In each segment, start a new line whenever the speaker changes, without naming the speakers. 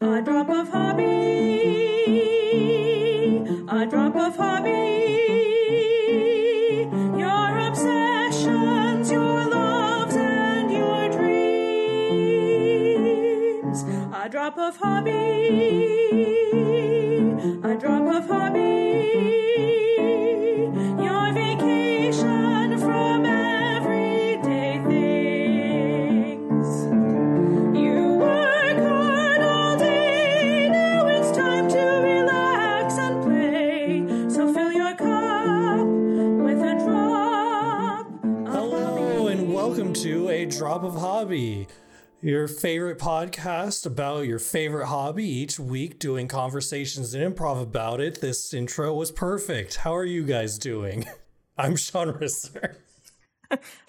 A drop of hobby. A drop of hobby. Your obsessions, your loves, and your dreams. A drop of hobby. A drop of hobby. Your vacation from everyday things. You work hard all day. Now it's time to relax and play. So fill your cup with a drop.
Hello and welcome to A Drop of Hobby, your favorite podcast about your favorite hobby each week, doing conversations and improv about it. This intro was perfect. How are you guys doing? I'm Sean Risser.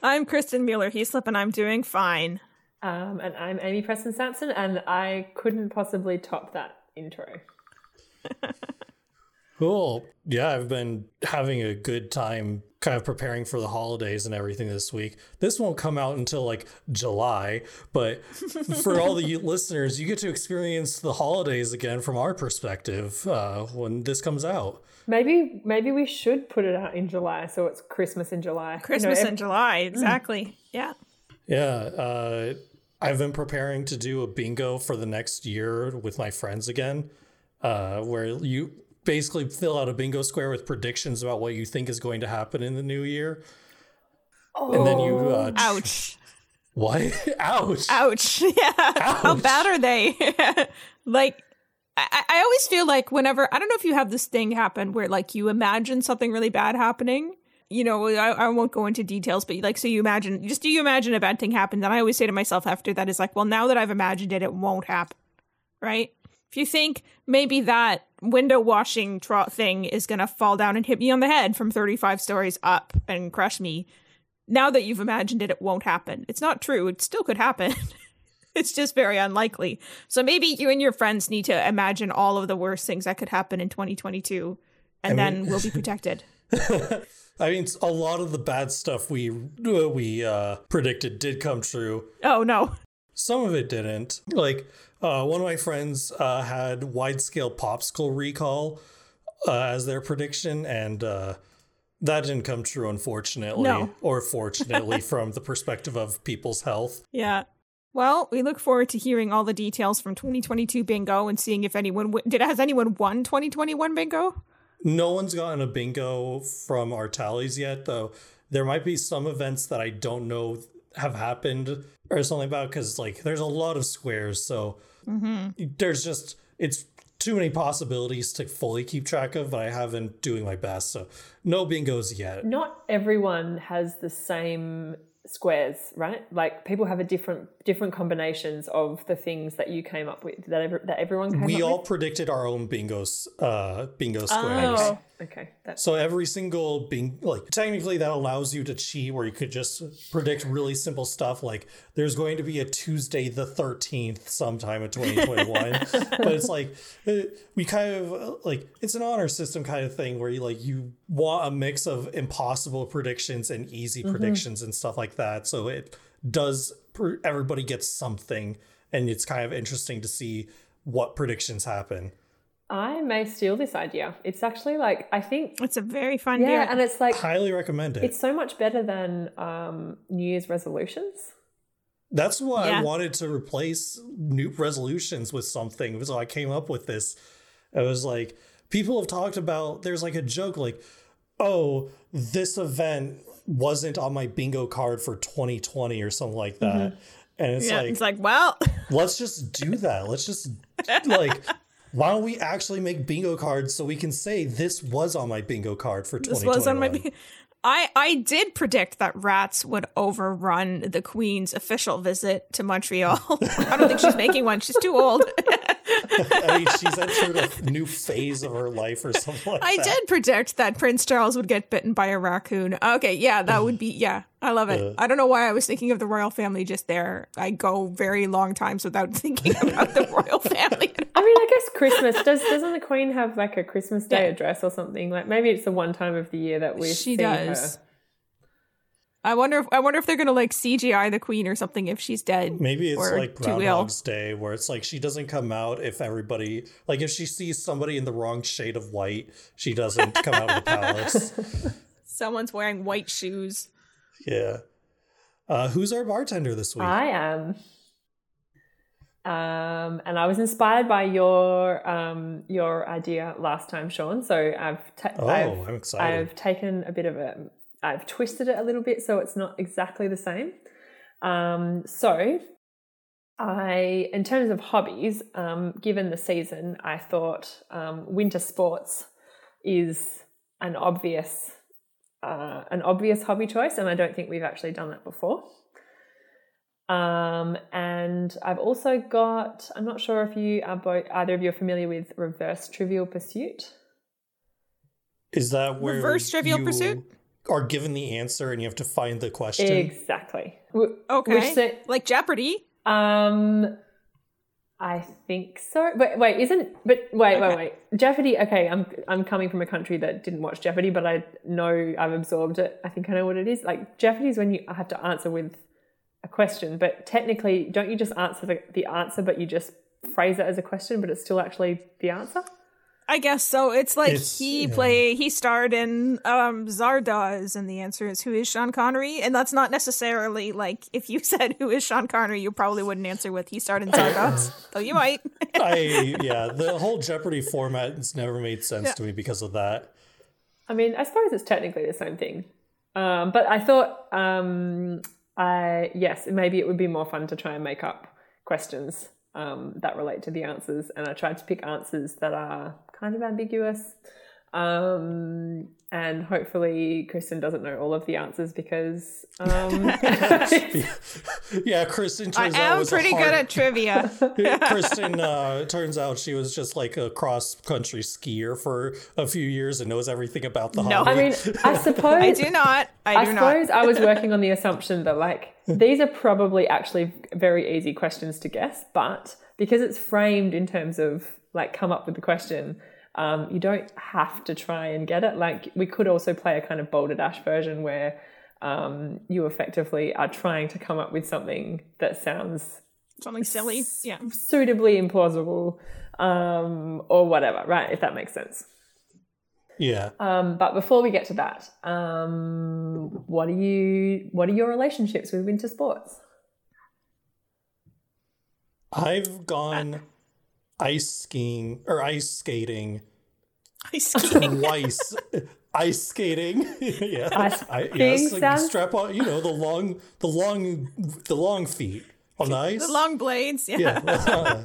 I'm Kristen Mueller Heeslip, and I'm doing fine.
Um, and I'm Amy Preston Sampson, and I couldn't possibly top that intro.
Cool. Yeah, I've been having a good time kind of preparing for the holidays and everything this week. This won't come out until like July, but for all the you- listeners, you get to experience the holidays again from our perspective uh, when this comes out.
Maybe maybe we should put it out in July, so it's Christmas in July. You know,
Christmas
ev- Mm.
in July, exactly. Yeah.
Yeah, uh, I've been preparing to do a bingo for the next year with my friends again, uh, where you basically fill out a bingo square with predictions about what you think is going to happen in the new year. And then you uh, tr-
Ouch.
What? Ouch.
Oh. Ouch. Yeah. How bad are they? like, I, I always feel like whenever I don't know if you have this thing happen where like you imagine something really bad happening. You know, I, I won't go into details, but like, so you imagine, just do you imagine a bad thing happened? Then I always say to myself after that is like, well, now that I've imagined it, it won't happen, right? If you think maybe that window washing tro- thing is gonna fall down and hit me on the head from thirty five stories up and crush me, now that you've imagined it, it won't happen. It's not true. It still could happen. it's just very unlikely. So maybe you and your friends need to imagine all of the worst things that could happen in 2022, and
I
then
mean-
we'll be protected.
I mean, a lot of the bad stuff we uh, we uh, predicted did come true.
oh no.
Some of it didn't. Like uh, one of my friends uh, had wide scale popsicle recall uh, as their prediction, and uh, that didn't come true, unfortunately,
No.
or fortunately, from the perspective of people's health.
Yeah. Well, we look forward to hearing all the details from 2022 bingo and seeing if anyone w- did. Has anyone won 2021 bingo?
No one's gotten a bingo from our tallies yet, though. There might be some events that I don't know have happened or something about because like there's a lot of squares, so there's just it's too many possibilities to fully keep track of. But I have been doing my best, so no bingos yet.
Not everyone has the same squares, right? Like people have a different different combinations of the things that you came up with that ever, that everyone came
We
up
all predicted our own bingos, uh, bingo squares.
Oh.
with. Okay, that's
So every single bing like technically that allows you to cheat where you could just predict really simple stuff like there's going to be a Tuesday the 13th sometime in 2021 but it's like eh, we kind of uh, like it's an honor system kind of thing where you like you want a mix of impossible predictions and easy predictions and stuff like that so it does pr- everybody gets something and it's kind of interesting to see what predictions happen
I may steal this idea. It's actually like I think
It's a very fun
yeah,
year.
and it's like
highly recommend it
it's so much better than um, New Year's resolutions.
That's why I
Yeah.
wanted to replace new resolutions with something. So I came up with this. It was like people have talked about there's like a joke like, oh, this event wasn't on my bingo card for 2020 or something like that. And it's
Mm-hmm. Yeah,
like,
it's like well,
let's just do that. Let's just like why don't we actually make bingo cards so we can say this was on my bingo card for 2020?
this was on my I I did predict that rats would overrun the queen's official visit to Montreal. I don't think she's making one. She's too old.
I mean, she's entered a new phase of her life or something like
I
that.
did predict that Prince Charles would get bitten by a raccoon. Okay, yeah, that would be yeah. I love it. I don't know why I was thinking of the royal family just there. I go very long times without thinking about the royal family.
I mean, I guess Christmas does. Doesn't the Queen have like a Christmas Day address or something? Like maybe it's the one time of the year that we
She
see
does.
her.
I wonder if I wonder if they're gonna like CGI the queen or something if she's dead.
Maybe it's
or
like
too ill.
Groundhog's Day, where it's like she doesn't come out if everybody, like if she sees somebody in the wrong shade of white, she doesn't come out of the palace.
Someone's wearing white shoes.
Yeah. Uh, who's our bartender this week?
I am. Um, and I was inspired by your um, your idea last time, Sean. So I've ta-
oh,
I've,
I'm excited.
I've taken a bit of a, I've twisted it a little bit so it's not exactly the same. Um, so, I, in terms of hobbies, um, given the season, I thought um, winter sports is an obvious, uh, an obvious hobby choice, and I don't think we've actually done that before. Um, and I've also got, I'm not sure if you are both, either of you are familiar with reverse trivial pursuit.
Is that where
Reverse Trivial
you
Pursuit?
Are given the answer and you have to find the question.
Exactly. W-
Okay.
Which se-
like Jeopardy.
Um, I think so. Wait, wait, isn't? But wait, wait, wait. Jeopardy. Okay, I'm I'm coming from a country that didn't watch Jeopardy, but I know I've absorbed it. I think I know what it is. Like Jeopardy is when you have to answer with a question, but technically, don't you just answer the, the answer, but you just phrase it as a question, but it's still actually the answer.
I guess so. It's like
It's-
he
yeah.
play he starred in um Zardoz and the answer is who is Sean Connery? And that's not necessarily like if you said who is Sean Connery, you probably wouldn't answer with he starred in Zardoz. though you might.
I yeah, the whole Jeopardy format has never made sense to me because of that.
I mean, I suppose it's technically the same thing. Um, but I thought, um, I yes, maybe it would be more fun to try and make up questions um, that relate to the answers. And I tried to pick answers that are kind of ambiguous. Um, and hopefully, Kristen doesn't know all of the answers because um,
Yeah, Kristen
I
turns out
am
was a
pretty good
hard-
at trivia.
Kristen uh, turns out she was just like a cross country skier for a few years and knows everything about the
No.
hobby.
I mean, I suppose
I do not. I,
I
do not.
suppose I was working on the assumption that like these are probably actually very easy questions to guess, but because it's framed in terms of like come up with the question, um, you don't have to try and get it. Like we could also play a kind of boulder dash version where um, you effectively are trying to come up with something that sounds
Something silly. Yeah.
suitably implausible um, or whatever, right? If that makes sense.
yeah.
Um, but before we get to that, um, what are you? What are your relationships with winter sports?
I've gone ice skiing or ice skating
I ski.
twice. ice skating. yeah.
Ice
I,
skating
yes, like
sounds-
strap on, you know, the long the long the long feet on the ice.
the long blades. Yeah.
yeah.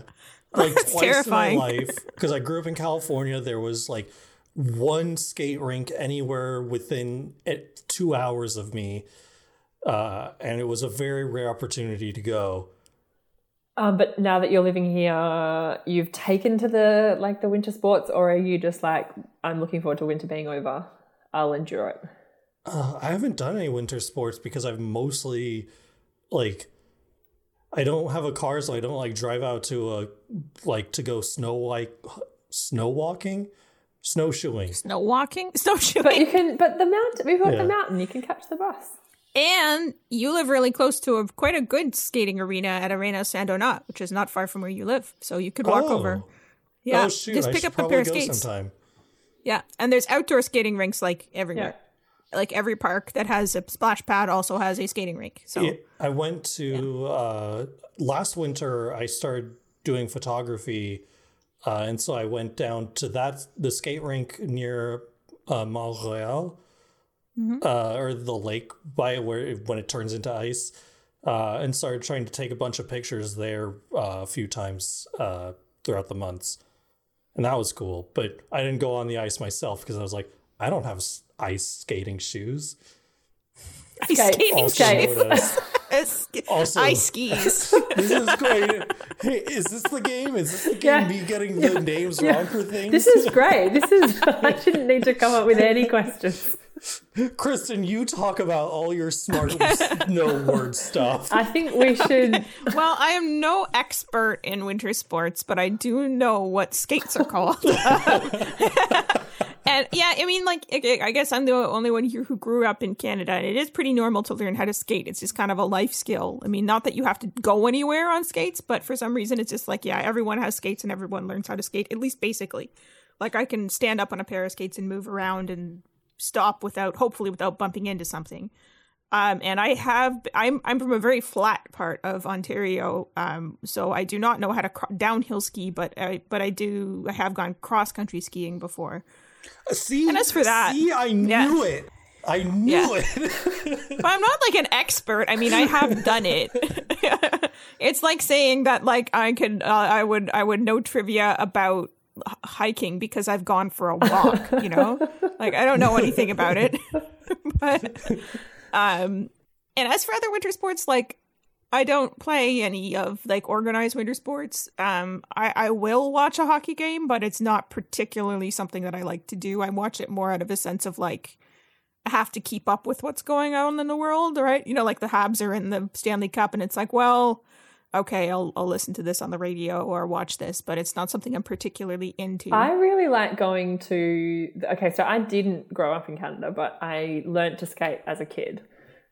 like twice
terrifying.
in my life because I grew up in California. There was like one skate rink anywhere within at two hours of me, uh, and it was a very rare opportunity to go.
Um, but now that you're living here, you've taken to the like the winter sports, or are you just like I'm looking forward to winter being over? I'll endure it.
Uh, I haven't done any winter sports because I've mostly like I don't have a car, so I don't like drive out to a like to go snow like snow walking, snowshoeing.
Snow walking. Snowshoeing.
But you can. But the mountain. We've got
Yeah.
the mountain. You can catch the bus.
And you live really close to a quite a good skating arena at Arena Sandonat, which is not far from where you live. So you could walk
Oh.
over. Yeah,
oh shoot!
just
I
pick
should
up a
probably
pair of
go
skates.
sometime.
Yeah, and there's outdoor skating rinks like
Yeah.
everywhere. Like every park that has a splash pad also has a skating rink. So
Yeah, I went to uh, last winter. I started doing photography, uh, and so I went down to that the skate rink near uh, Montreal,
Mm-hmm.
uh, or the lake by where it, when it turns into ice, uh, and started trying to take a bunch of pictures there uh, a few times uh, throughout the months, and that was cool. But I didn't go on the ice myself because I was like, I don't have s- ice skating shoes.
ice
Skate-
skating
Also
Skate.
shoes.
known as-
Ice-
Also-
ice skis.
This is great. Hey, is this the game? Is this the game?
Yeah.
Me getting the names wrong for things?
This is great. This is. I didn't need to come up with any questions.
Kristen, you talk about all your smart no word stuff.
I think we should.
well, I am no expert in winter sports, but I do know what skates are called. and yeah, I mean, like, I I guess I'm the only one here who grew up in Canada, and it is pretty normal to learn how to skate. It's just kind of a life skill. I mean, not that you have to go anywhere on skates, but for some reason, it's just like, yeah, everyone has skates and everyone learns how to skate, at least basically. Like, I can stand up on a pair of skates and move around and stop without, hopefully, without bumping into something. Um, and I have, I'm, I'm from a very flat part of Ontario, um, so I do not know how to cro- downhill ski, but I, but I do, I have gone cross country skiing before.
See,
And as for that-
see, I knew
Yeah.
it. I knew
Yeah.
it.
But I'm not like an expert. I mean, I have done it. it's like saying that like I can uh, I would I would know trivia about h- hiking because I've gone for a walk, you know? like I don't know anything about it. but um and as for other winter sports like I don't play any of like organized winter sports. Um, I, I will watch a hockey game, but it's not particularly something that I like to do. I watch it more out of a sense of like I have to keep up with what's going on in the world, right? You know, like the Habs are in the Stanley Cup, and it's like, well, okay, I'll I'll listen to this on the radio or watch this, but it's not something I'm particularly into.
I really like going to. Okay, so I didn't grow up in Canada, but I learnt to skate as a kid.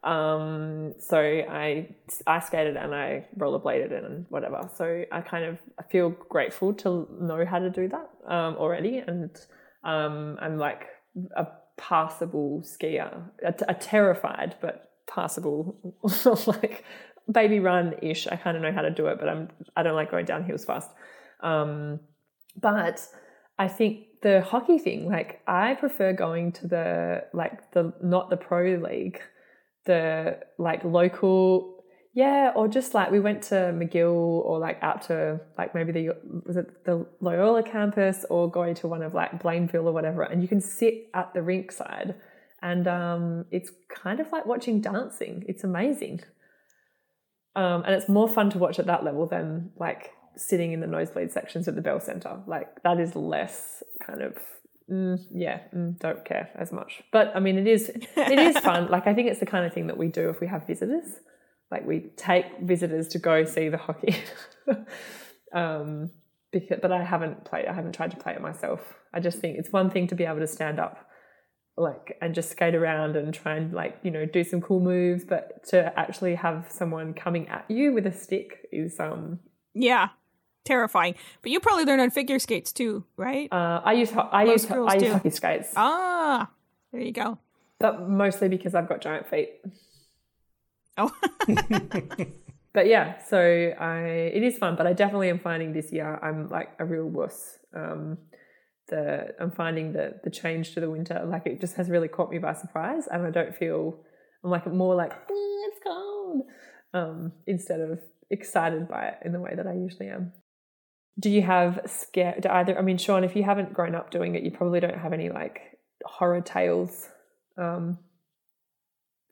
Um, so I I skated and I rollerbladed and whatever. So I kind of feel grateful to know how to do that um, already, and um, I'm like a passable skier, a, a terrified but passable like baby run ish. I kind of know how to do it, but I'm I don't like going down hills fast. Um, but I think the hockey thing, like I prefer going to the like the not the pro league, the like local, yeah, or just like we went to McGill or like out to like maybe the was it the Loyola campus or going to one of like Blainville or whatever, and you can sit at the rink side, and um, it's kind of like watching dancing. It's amazing. Um, and it's more fun to watch at that level than like sitting in the nosebleed sections at the Bell Centre. Like that is less kind of mm, yeah, mm, don't care as much. But I mean, it is it is fun. Like I think it's the kind of thing that we do if we have visitors. Like we take visitors to go see the hockey. um, because, but I haven't played. I haven't tried to play it myself. I just think it's one thing to be able to stand up like and just skate around and try and like you know do some cool moves but to actually have someone coming at you with a stick is um
yeah, terrifying. But you probably learn on figure skates too, right?
uh, i use ho- i
Most
use
girls
i use
do.
hockey skates
ah, there you go.
but mostly because i've got giant feet
Oh,
but yeah so i it is fun but i definitely am finding this year i'm like a real wuss um the i'm finding the the change to the winter like it just has really caught me by surprise and i don't feel i'm like more like "Mm, it's cold um instead of excited by it in the way that i usually am do you have scare do either i mean sean if you haven't grown up doing it you probably don't have any like horror tales um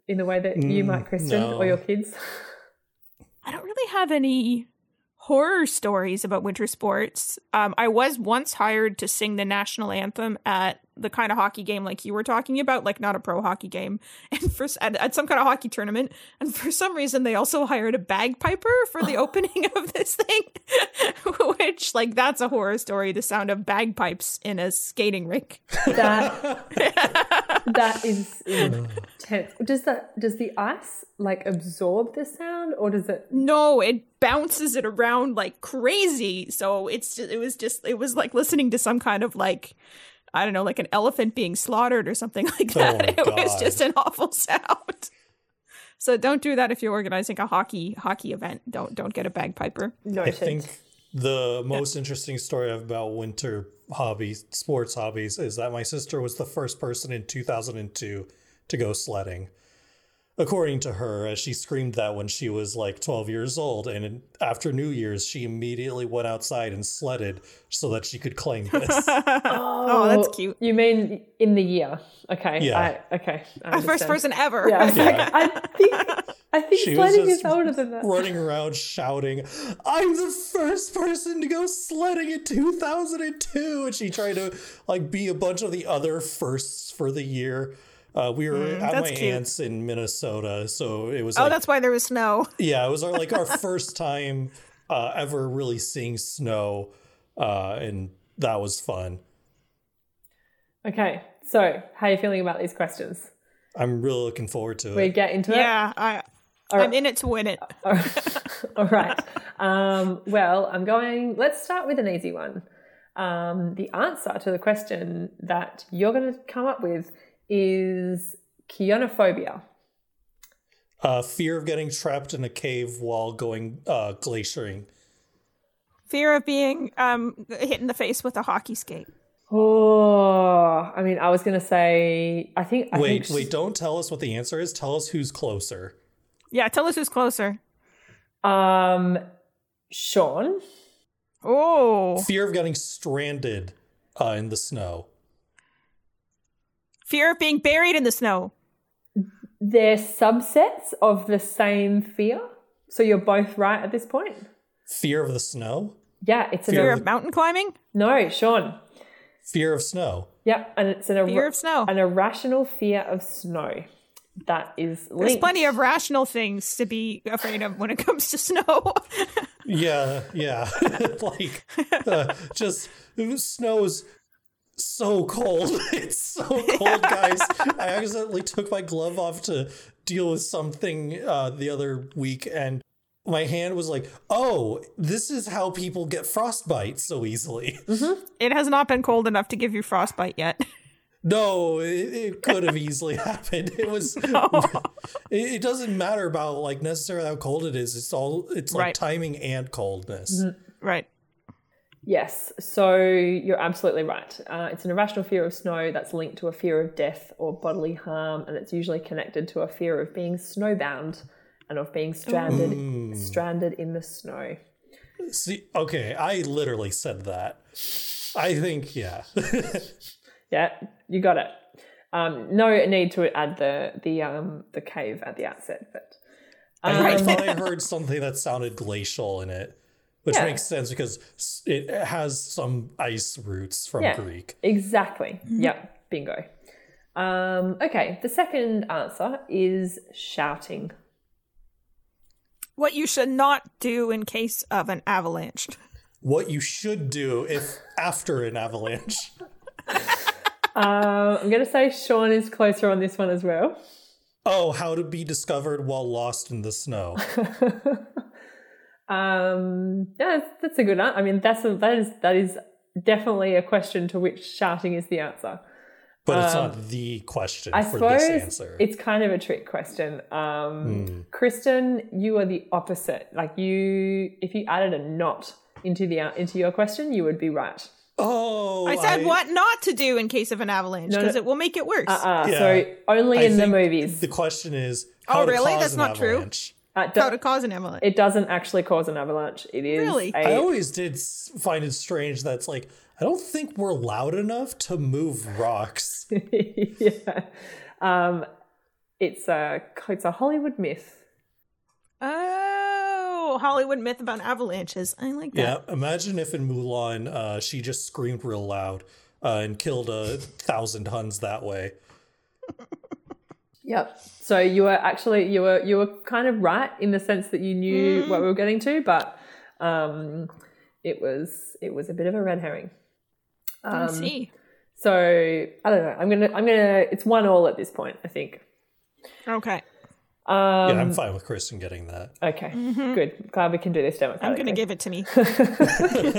in the way that you
Mm,
might kristen
no.
or your kids
I don't really have any horror stories about winter sports. Um, I was once hired to sing the national anthem at the kind of hockey game like you were talking about, like not a pro hockey game, and for at, at some kind of hockey tournament. And for some reason, they also hired a bagpiper for the opening of this thing, which like that's a horror story. The sound of bagpipes in a skating rink.
that that is intense. Does that does the ice like absorb the sound, or does it?
No, it bounces it around like crazy. So it's just, it was just it was like listening to some kind of like I don't know, like an elephant being slaughtered or something like
Oh,
that. it was
God.
just an awful sound. So don't do that if you're organizing a hockey hockey event. Don't don't get a bagpiper.
No,
I think the most interesting story about winter hobbies, sports hobbies, is that my sister was the first person in 2002 to go sledding. According to her, as she screamed that when she was like 12 years old, and in- after New Year's, she immediately went outside and sledded so that she could claim this.
Oh, that's cute.
You mean in the year? Okay.
Yeah.
I, okay. I
The first
understand.
person ever.
Yeah. I, was like,
Yeah.
I think I think
She was
sledding
just
is older than that.
running around shouting, "I'm the first person to go sledding in 2002!" And she tried to like be a bunch of the other firsts for the year. Uh, we were at
Mm, that's
my
cute.
aunt's in Minnesota, so it was
Oh,
like,
that's why there was snow.
yeah, it was our like our first time uh, ever really seeing snow, uh, and that was fun.
Okay, so how are you feeling about these questions?
I'm really looking forward to
We
it.
get into it.
Yeah, I,
All
I'm in it to win it.
All right. All right. Um, well, I'm going. Let's start with an easy one. Um, the answer to the question that you're going to come up with is kionophobia.
Uh, fear of getting trapped in a cave while going uh, glaciering.
Fear of being um, hit in the face with a hockey skate.
Oh, I mean, I was going to say, I think. I think
Wait,
she's-
wait, don't tell us what the answer is. Tell us who's closer.
Yeah, tell us who's closer.
Um, Sean.
Oh,
Fear of getting stranded uh, in the snow.
fear of being buried in the snow.
They're subsets of the same fear. So you're both right at this point.
Fear of the snow?
Yeah, it's an.
Fear
Fear
of mountain climbing.
no, Sean.
Fear of snow.
Yep, and it's an.
Fear of snow.
an irrational fear of snow that is linked.
There's plenty of rational things to be afraid of when it comes to snow.
Yeah, yeah. like, uh, just snow is so cold. It's so cold, guys. I accidentally took my glove off to deal with something uh, the other week, and my hand was like, "Oh, this is how people get frostbite so easily."
it has not been cold enough to give you frostbite yet.
No, it, it could have easily happened. It was. It, it doesn't matter about like necessarily how cold it is. It's all. It's like
Right.
timing and coldness.
Mm-hmm.
Right.
Yes, so you're absolutely right. Uh, it's an irrational fear of snow that's linked to a fear of death or bodily harm, and it's usually connected to a fear of being snowbound and of being stranded stranded in the snow.
See, okay, I literally said that. I think, yeah.
Yeah, you got it. Um, no need to add the the um, the cave at the outset, but
I thought I heard something that sounded glacial in it, which
Yeah.
makes sense because s- it has some ice roots from
Yeah.
Greek.
Exactly.
Mm-hmm.
Yep. Bingo. Um, okay. The second answer is shouting.
What you should not do in case of an avalanche.
What you should do if after an avalanche.
Um, I'm going to say Sean is closer on this one as well.
Oh, how to be discovered while lost in the snow.
Um, yeah, that's, that's a good answer. I mean, that's a, that is that is definitely a question to which shouting is the answer.
But it's not the question
Um, I
for
suppose
this answer. Hmm.
it's kind of a trick question. Um, Kristen, you are the opposite. Like you, if you added a not into the an- into your question, you would be right.
oh,
I said what not to do in case of an avalanche
No,
because
no.
it will make it worse.
Uh,
Yeah.
So only
I
in the
think
movies.
The question is
Oh,
how to
really?
cause
That's
an
not true.
avalanche.
Uh, do-
How to cause an avalanche.
it doesn't actually cause an avalanche. It is
Really?
a-
I always did s- find it strange that's like, I don't think we're loud enough to move rocks.
yeah. Um, it's a it's a Hollywood myth.
oh, Hollywood myth about avalanches. I like that.
yeah. Imagine if in Mulan, uh, she just screamed real loud uh, and killed a thousand Huns that way.
Yep. So you were actually you were you were kind of right in the sense that you knew
Mm.
what we were getting to, but um, it was it was a bit of a red herring. Um,
I see.
So I don't know. I'm gonna I'm gonna. It's one all at this point. I think.
Okay.
Um,
yeah, I'm fine with Kristen getting that.
okay. Good. Glad we can do this democratically.
Mm-hmm. I'm going to give it to me.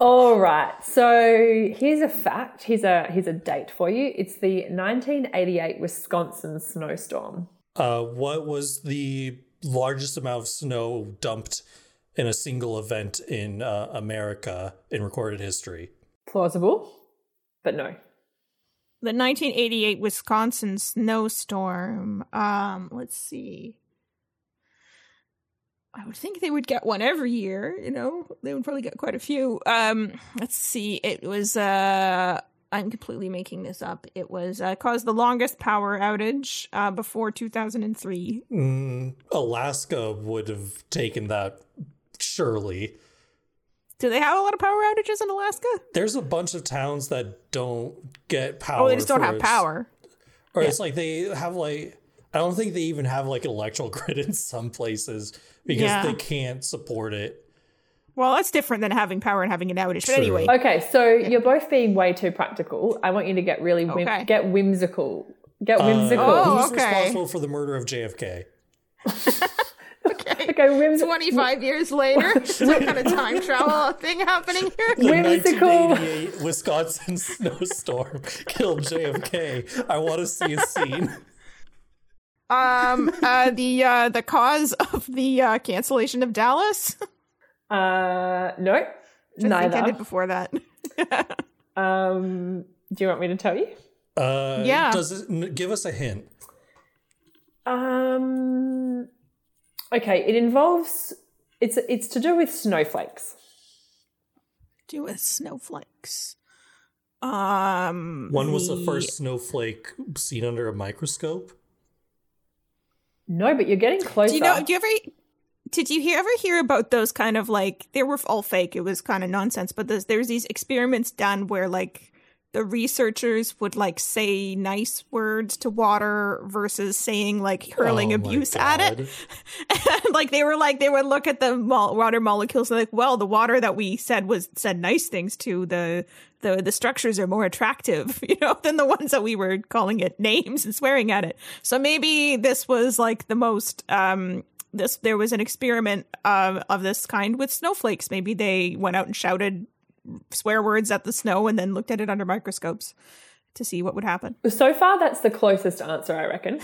All right. So here's a fact. Here's a here's a date for you. It's the 1988 Wisconsin snowstorm.
Uh, what was the largest amount of snow dumped in a single event in uh, America in recorded history?
Plausible, but no.
The 1988 Wisconsin snowstorm. Um, let's see. I would think they would get one every year, you know. They would probably get quite a few. Um, let's see. It was uh I'm completely making this up. It was uh, caused the longest power outage uh, before 2003.
Mm, Alaska would have taken that, surely.
Do they have a lot of power outages in Alaska?
there's a bunch of towns that don't get power.
Oh, they just don't
for
have
us.
power.
Or it's like they have like I don't think they even have like an electrical grid in some places because
Yeah.
they can't support it.
Well, that's different than having power and having an outage.
True.
But anyway,
Okay, so you're both being way too practical. I want you to get really whim-
Okay.
get whimsical. Get
Uh,
whimsical.
Oh,
who's
okay.
responsible for the murder of JFK?
okay.
Okay, whimsical.
25 years later, some kind of time travel thing happening
The
here.
Whimsical.
1988 Wisconsin snowstorm killed JFK. I want to see a scene.
Um, uh, the uh, the cause of the uh, cancellation of Dallas.
Uh, no,
I think I did
neither.
before that.
Um, do you want me to tell you?
Uh,
Yeah.
Does it n- give us a hint?
Um, okay, it involves it's it's to do with snowflakes.
Do with snowflakes. Um,
When was the first snowflake seen under a microscope?
No, but you're getting closer.
Do you know? Do you ever? Did you hear, ever hear about those kind of like they were all fake? It was kind of nonsense. But there's, there was these experiments done where like the researchers would like say nice words to water versus saying like hurling
Oh my
abuse at it.
God.
And, like they were like they would look at the mo- water molecules and like well the water that we said was said nice things to the the the structures are more attractive you know than the ones that we were calling it names and swearing at it so maybe this was like the most um this there was an experiment um of this kind with snowflakes maybe they went out and shouted swear words at the snow and then looked at it under microscopes to see what would happen
so far, that's the closest answer, I reckon.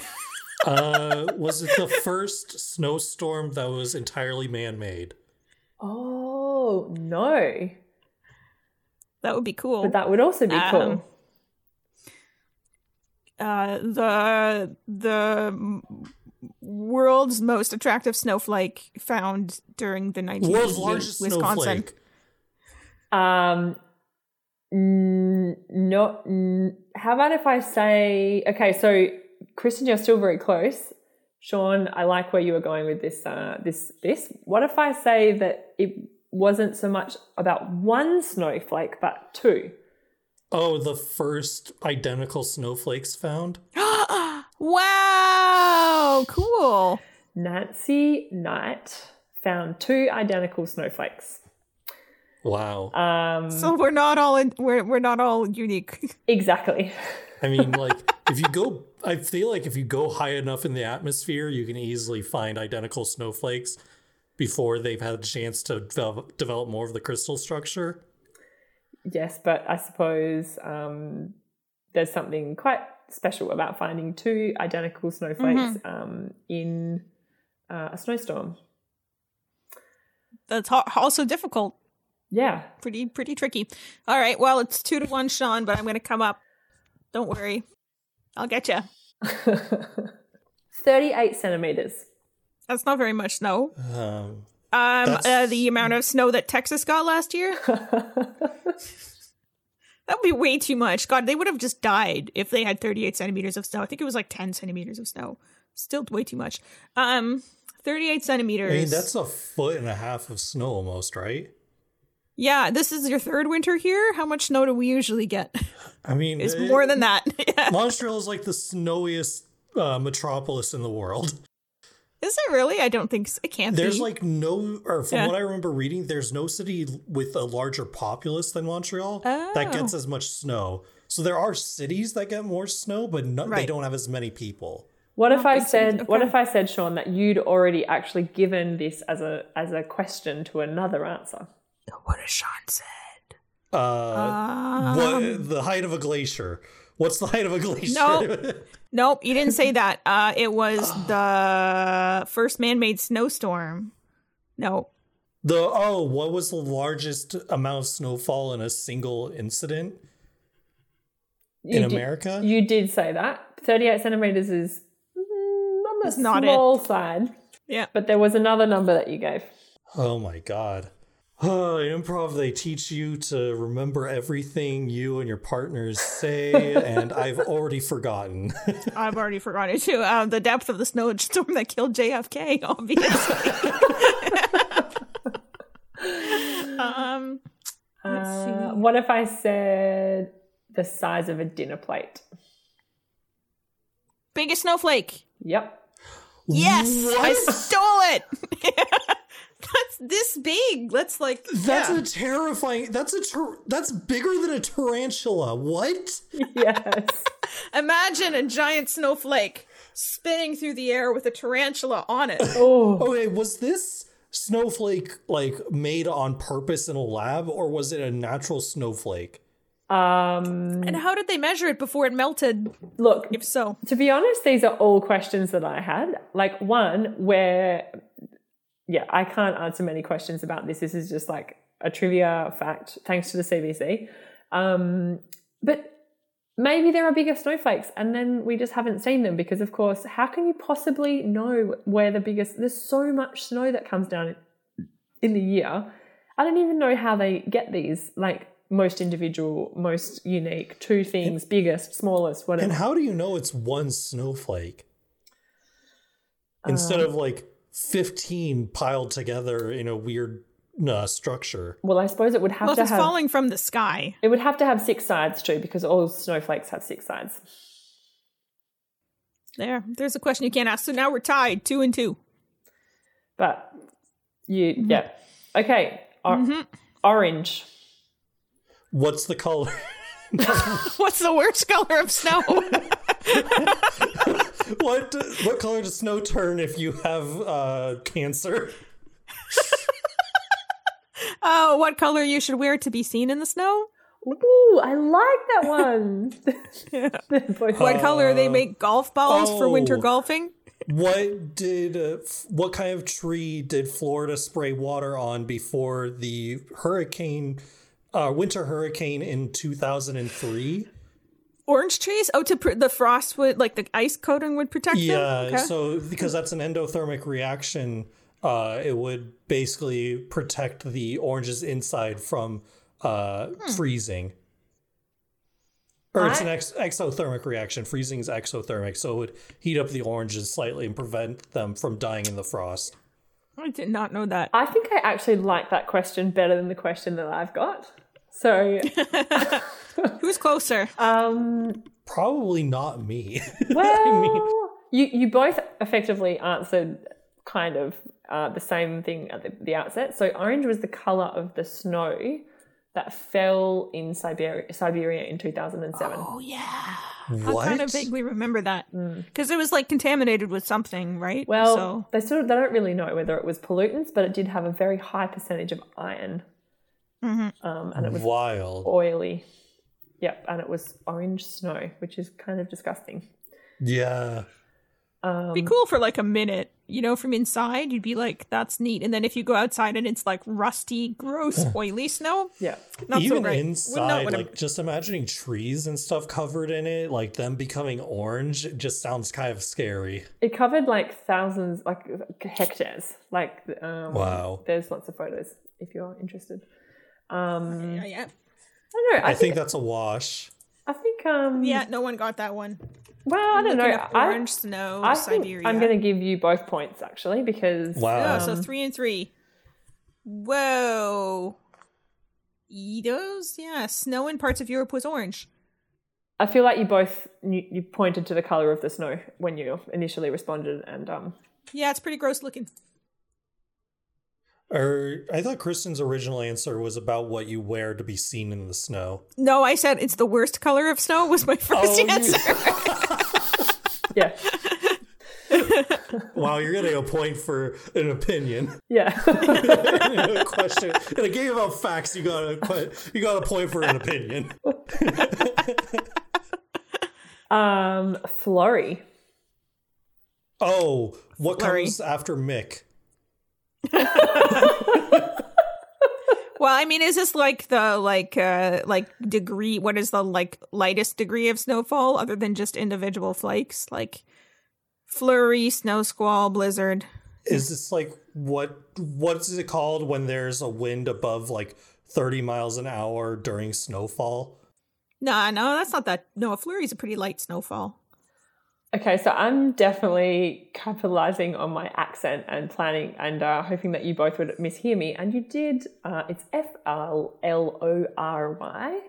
Uh, was it the first snowstorm that was entirely man-made?
Oh no,
that would be cool
but that would also be cool.
Um, uh, the the m- world's most attractive snowflake found during the 1980s
World's largest
Wisconsin.
snowflake.
Um, n- no, n- how about if I say, okay, so Kristen, you're still very close. Sean, I like where you were going with this. Uh, this, this. What if I say that it wasn't so much about one snowflake, but two?
Oh, the first identical snowflakes found?
wow, cool.
Nancy Knight found two identical snowflakes.
Wow.
Um,
Uh,
So we're not all in, we're we're not all unique.
exactly.
I mean, like, if you go, I feel like if you go high enough in the atmosphere, you can easily find identical snowflakes before they've had a chance to develop, develop more of the crystal structure.
Yes, but I suppose um, there's something quite special about finding two identical snowflakes
Mm-hmm.
um, in uh, a snowstorm.
That's ho- also difficult.
Yeah.
Pretty pretty tricky. All right. Well, it's two to one, Sean, but I'm going to come up. Don't worry, I'll get you.
38 centimeters.
That's not very much snow.
Um,
Um,
That's-
uh, the amount of snow that Texas got last year. That would be way too much. God, they would have just died if they had 38 centimeters of snow. I think it was like 10 centimeters of snow. Still way too much. Um, 38
I
centimeters.
mean, that's a foot and a half of snow almost, right?
yeah, this is your third winter here. How much snow do we usually get?
I mean,
It's
it-
more than that. yeah.
Montreal is like the snowiest uh, metropolis in the world.
Is it really? I don't think so. it can't
There's
be.
like no, or from
Yeah.
what I remember reading, there's no city with a larger populace than Montreal
Oh.
that gets as much snow. So there are cities that get more snow, but no, they
Right.
don't have as many people.
What if I
big
said
centi-
what
okay.
if I said Sean that you'd already actually given this as a as a question to another answer?
what has Sean said?
Uh,
Um,
what the height of a glacier? What's the height of a glacier?
No. Nope, you didn't say that. Uh, it was the first man made snowstorm. No.
the oh, what was the largest amount of snowfall in a single incident
You
in
did-
America?
You did say that. 38 centimeters is mm, on the
It's not it.
small side,
Yeah.
but there was another number that you gave.
Oh my god. Oh, in improv, they teach you to remember everything you and your partners say, and I've already forgotten.
I've already forgotten it too. Uh, the depth of the snowstorm that killed JFK, obviously. um, Let's
Uh,
see.
what if I said the size of a dinner plate?
biggest snowflake.
Yep.
Yes, I
What?
stole it. that's this big. Let's like
That's
yeah.
a terrifying. That's a tar- that's bigger than a tarantula. What?
yes.
imagine a giant snowflake spinning through the air with a tarantula on it.
Oh,
Okay, was this snowflake like made on purpose in a lab, or was it a natural snowflake?
um,
and how did they measure it before it melted?
look.
If so,
To be honest, these are all questions that I had. Like one where, yeah, I can't answer many questions about this. This is just like a trivia fact, thanks to the CBC. Um, but maybe there are bigger snowflakes, and then we just haven't seen them because, of course, how can you possibly know where the biggest? There's so much snow that comes down in the year. I don't even know how they get these. Like most individual, most unique, two things, biggest, smallest, whatever.
And how do you know it's one snowflake instead of like fifteen piled together in a weird uh, structure?
Well, I suppose it would have
well, if
to
it's
have
falling from the sky.
it would have to have six sides too, because all snowflakes have six sides.
There, there's a question you can't ask. So now we're tied, two and two.
But you,
Mm-hmm.
yeah, okay. Or- Orange.
What's the color?
What's the worst color of snow?
what what color does snow turn if you have uh, cancer?
Oh, what color you should wear to be seen in the snow?
Ooh, I like that one. They're both
What
like-
color they make golf balls for winter
Uh, oh.
golfing?
What did uh, f- what kind of tree did Florida spray water on before the hurricane, uh, winter hurricane in two thousand and three?
Orange trees? Oh, to pr- the frost would like the ice coating would protect
Yeah,
them. Okay.
so because that's an endothermic reaction, uh, it would basically protect the oranges inside from uh,
Hmm.
freezing. Or it's an ex- exothermic reaction. Freezing is exothermic, so it would heat up the oranges slightly and prevent them from dying in the frost.
I did not know that.
I think I actually like that question better than the question that I've got. So,
Who's closer?
um,
Probably not me.
well, you you both effectively answered kind of uh, the same thing at the, the outset. So orange was the color of the snow that fell in Siberia, Siberia in 2007.
oh yeah.
what?
I kind of vaguely remember that because it was like contaminated with something, right?
Well,
so
they sort of they don't really know whether it was pollutants, but it did have a very high percentage of iron,
mm-hmm.
um, and it was
Wild.
oily. Yep, and it was orange snow, which is kind of disgusting.
Yeah.
Um,
be cool for like a minute. You know, from inside, you'd be like, "That's neat." And then if you go outside and it's like rusty, gross, oily snow,
yeah.
not so
Even
great. Would not
inside,
wanna-
like just imagining trees and stuff covered in it, like them becoming orange, it just sounds kind of scary.
It covered like thousands, like hectares. Like, um,
Wow.
There's lots of photos if you're interested. Um,
yeah, yeah,
I don't know.
I
I, think,
think that's a wash.
I think. Um,
yeah. No one got that one.
Well, I don't know.
Looking up
I,
orange snow,
I
Siberia.
think I'm going to give you both points actually because
Oh,
Wow.
so three and three. Whoa. Those, yeah. Snow in parts of Europe was orange.
I feel like you both you, you pointed to the color of the snow when you initially responded, and um,
Yeah, it's pretty gross looking.
Or I thought Kristen's original answer was about what you wear to be seen in the snow.
No, I said it's the worst color of snow was my first
Oh, you-
answer.
yeah,
Wow, you're getting a point for an opinion.
yeah.
a question. In a game about facts, you got a que- you got a point for an opinion.
um, flurry.
Oh, what
Flurry.
comes after Mick?
Well, I mean, is this like the like uh like degree? What is the like lightest degree of snowfall other than just individual flakes? Like flurry, snow squall, blizzard.
Is this like what what is it called when there's a wind above like 30 miles an hour during snowfall?
Nah, no, that's not that. No, a flurry's a pretty light snowfall.
Okay, so I'm definitely capitalizing on my accent and planning and uh, hoping that you both would mishear me, and you did. Uh, it's F L L O R Y.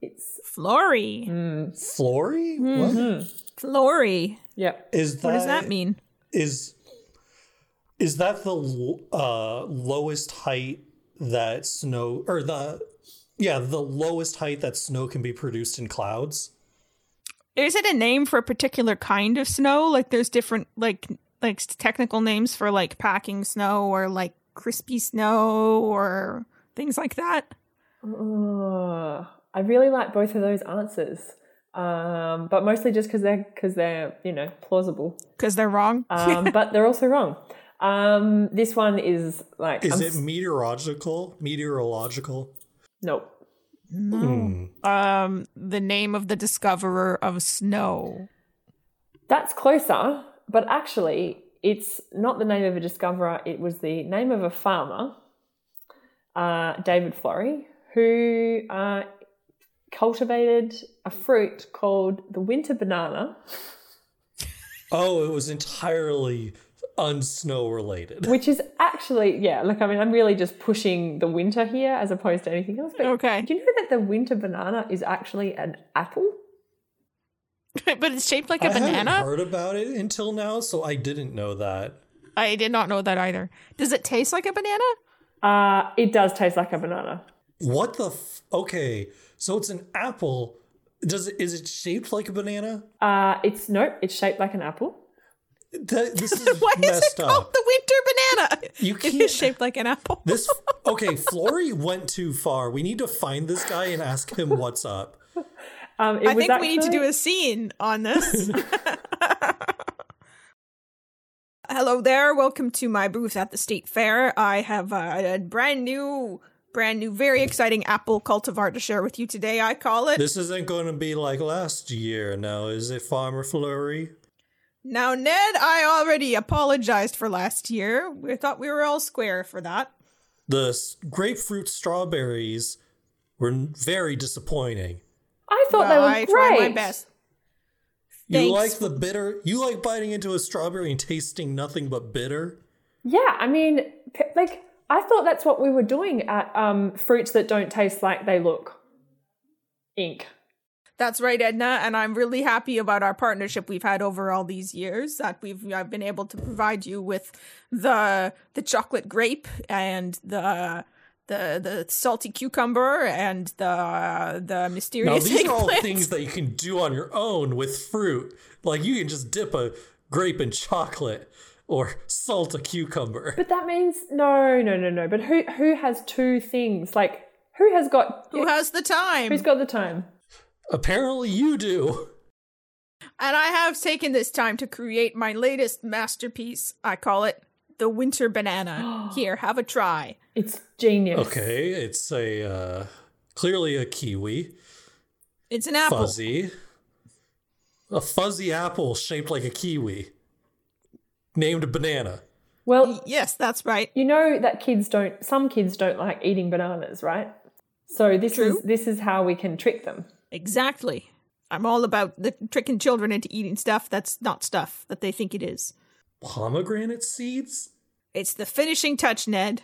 It's
Flurry,
mm,
Flory? What?
mhm.
flurry.
yep.
Is that
What does that mean?
Is Is that the l- uh, lowest height that snow or the yeah the lowest height that snow can be produced in clouds?
Is it a name for a particular kind of snow? Like there's different like like technical names for like packing snow or like crispy snow or things like that.
Oh, I really like both of those answers, um, but mostly just because they're because they're you know plausible.
Because they're wrong.
Um, but they're also wrong. Um, this one is like
Is
I'm
it
s-
meteorological? Meteorological?
nope.
Hmm.
Um, the name of the discoverer of snow.
That's closer, but actually, it's not the name of a discoverer. It was the name of a farmer, uh, David Florey, who uh, cultivated a fruit called the winter banana,
Oh, it was entirely unsnow related.
which is actually yeah. Look, I mean, I'm really just pushing the winter here as opposed to anything else. But
Okay,
do you know that the winter banana is actually an apple?
but it's shaped like a
I
banana.
hadn't heard about it until now, so I didn't know that.
I did not know that either. Does it taste like a banana?
Uh, it does taste like a banana.
What the? F- okay, so it's an apple. Does it, is it shaped like a banana?
Uh, it's nope. It's shaped like an apple.
Th- this is
Why is it
messed
called
up.
the winter banana?
You
It
can't.
is shaped like an apple.
this okay? Flory went too far. We need to find this guy and ask him what's up.
Um, it
I
was
think we need to
actually-
do a scene on this. Hello there. Welcome to my booth at the state fair. I have a, a brand new, brand new, very exciting apple cultivar to share with you today. I call it.
This isn't going to be like last year. Now, is it Farmer Flurry?
Now, Ned, I already apologized for last year. We thought we were all square for that.
The s- grapefruit strawberries were n- very disappointing.
I thought they
Well,
were
I
great.
tried my best.
You
Thanks.
like the bitter? You like biting into a strawberry and tasting nothing but bitter?
Yeah, I mean, p- like I thought that's what we were doing at um, fruits that don't taste like they look. Ink.
That's right, Edna, and I'm really happy about our partnership we've had over all these years. That we've I've been able to provide you with the the chocolate grape and the the the salty cucumber and the
Now
the mysterious
these are all
eggplant.
things that you can do on your own with fruit. Like you can just dip a grape in chocolate or salt a cucumber.
But that means no, no, no, no. But who who has two things? Like who has got
Who has the time?
who's got the time?
Apparently you do.
and I have taken this time to create my latest masterpiece. I call it the winter banana. Here, have a try.
It's genius.
Okay, it's a uh, clearly a kiwi,
It's an apple.
fuzzy, a fuzzy apple shaped like a kiwi, named banana.
Well,
Yes, that's right.
you know that kids don't. Some kids don't like eating bananas, right? So this
True.
is this is how we can trick them.
Exactly. I'm all about the tricking children into eating stuff that's not stuff that they think it is.
Pomegranate seeds.
It's the finishing touch, Ned.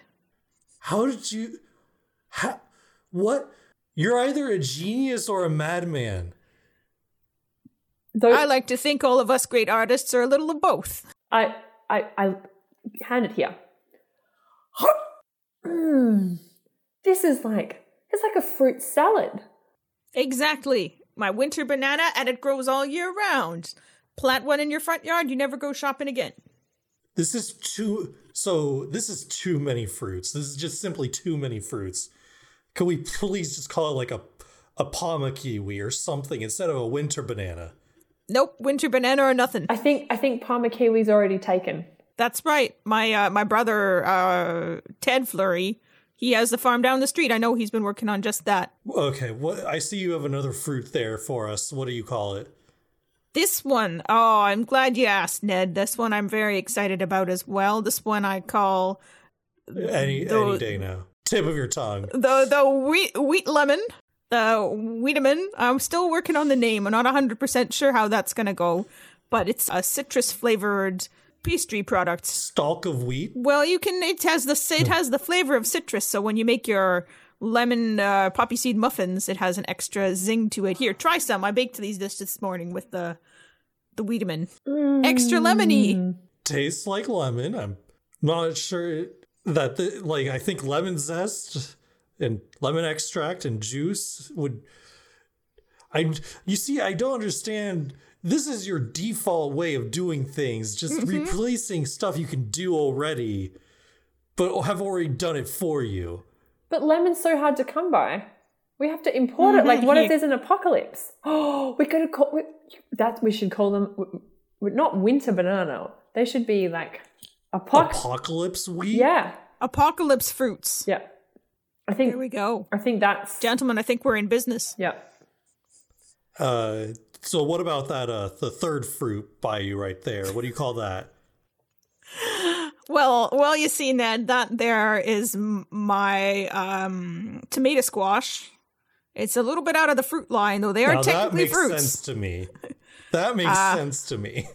How did you? How, what? You're either a genius or a madman.
Those,
I like to think all of us great artists are a little of both.
I, I, I hand it here. Mm, this is like it's like a fruit salad.
Exactly. My winter banana, and it grows all year round. Plant one in your front yard, you never go shopping again.
This is too. So this is too many fruits. This is just simply too many fruits. Can we please just call it like a a pama kiwi or something instead of a winter banana?
Nope, winter banana or nothing.
I think I think Palmer Kiwi's already taken.
That's right. My uh, my brother uh, Ted Flurry, he has the farm down the street. I know he's been working on just that.
Okay, what I see you have another fruit there for us. What do you call it?
This one, oh, I'm glad you asked, Ned. This one I'm very excited about as well. This one I call
Any
The-
any day now. Tip of your tongue.
the the wheat wheat lemon, the wheatamin. I'm still working on the name. I'm not 100% sure how that's going to go, but it's a citrus flavored pastry product.
Stalk of wheat.
Well, you can it has the it has the flavor of citrus, so when you make your lemon uh, poppy seed muffins, it has an extra zing to it. Here, try some. I baked these this this morning with the the wheatamin. Extra lemony.
Tastes like lemon. I'm not sure that the like I think lemon zest and lemon extract and juice would I you see I don't understand this is your default way of doing things just replacing stuff you can do already but have already done it for you
But lemon's so hard to come by. We have to import it. Like, what
Mm-hmm.
if there's an apocalypse? Oh, we could call we, that. We should call them w- w- not winter banana. They should be like apoc.
apocalypse week
yeah,
Apocalypse fruits.
yeah. I
There
think
we go.
I think that's
Gentlemen, I think we're in business.
yeah.
uh so what about that uh the third fruit by you right there what do you call that
Well, well, you see, Ned, that there is m- my um, tomato squash. It's a little bit out of the fruit line, though. They are
now that
technically
makes
fruits. Uh,
sense to me that makes sense to me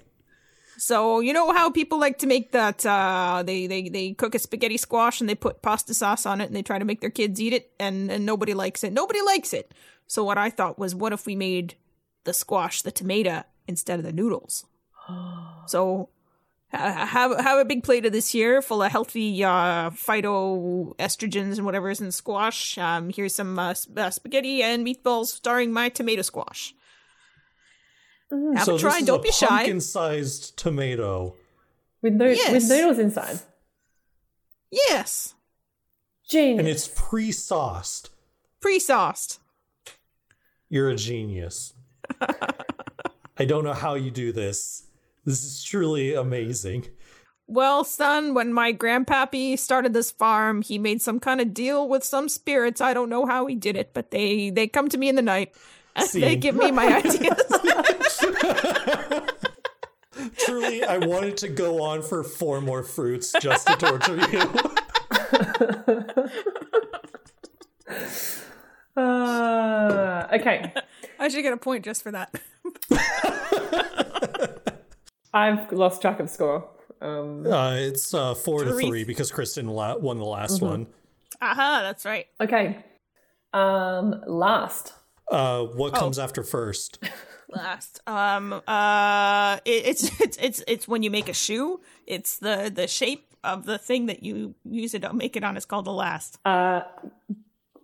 So you know how people like to make that uh, they they they cook a spaghetti squash and they put pasta sauce on it and they try to make their kids eat it and and nobody likes it. Nobody likes it. So what I thought was, what if we made the squash the tomato instead of the noodles? So ha- have have a big plate of this year full of healthy uh, phytoestrogens and whatever is in squash. Um, here's some uh, sp- uh, spaghetti and meatballs starring my tomato squash. Have
so
a try.
this is
Don't
a
be shy.
pumpkin-sized tomato
With no
Yes.
with noodles inside.
Yes,
Genius.
and it's pre-sauced
pre-sauced.
You're a genius. I don't know how you do this. This is truly amazing.
Well, son, when my grandpappy started this farm, he made some kind of deal with some spirits. I don't know how he did it, but they they come to me in the night. And
See.
they give me my ideas.
Truly, I wanted to go on for four more fruits just to torture you.
Ah, okay.
I should get a point just for that.
I've lost track of score. Um,
Uh, it's uh, four to
Three. Mm-hmm.
three because Kristen la- won the last one.
Aha, that's right.
okay. Um, last.
Uh, what
Oh.
comes after first?
Last. Um uh it, it's it's it's it's when you make a shoe, it's the the shape of the thing that you use it make it on is called the last.
Uh,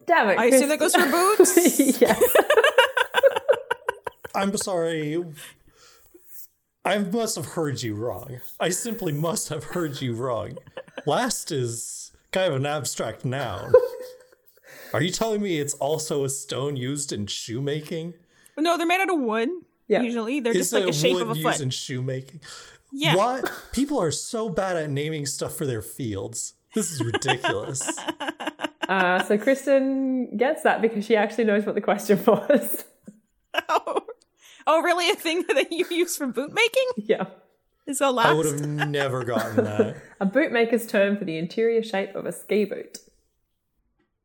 damn it.
I assume that goes for boots.
yes.
I'm sorry. I must have heard you wrong. I simply must have heard you wrong. Last is kind of an abstract noun. Are you telling me it's also a stone used in shoemaking?
no, they're made out of wood.
Yeah.
Usually, they're
Is
just like
it
a shape
wood
of a
used
foot.
in shoemaking?
yeah.
What? People are so bad at naming stuff for their fields. This is ridiculous.
Uh, so Kristen gets that because she actually knows what the question was.
Oh, oh, really? A thing that you use for boot making
yeah.
is a
I
last.
would have never gotten that.
A bootmaker's term for the interior shape of a ski boot.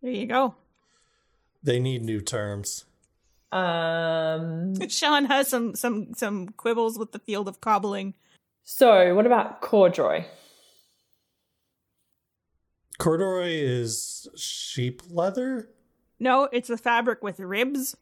There you go.
They need new terms.
Um,
Sean has some some some quibbles with the field of cobbling.
so what about corduroy?
Corduroy is sheep leather?
No, it's a fabric with ribs.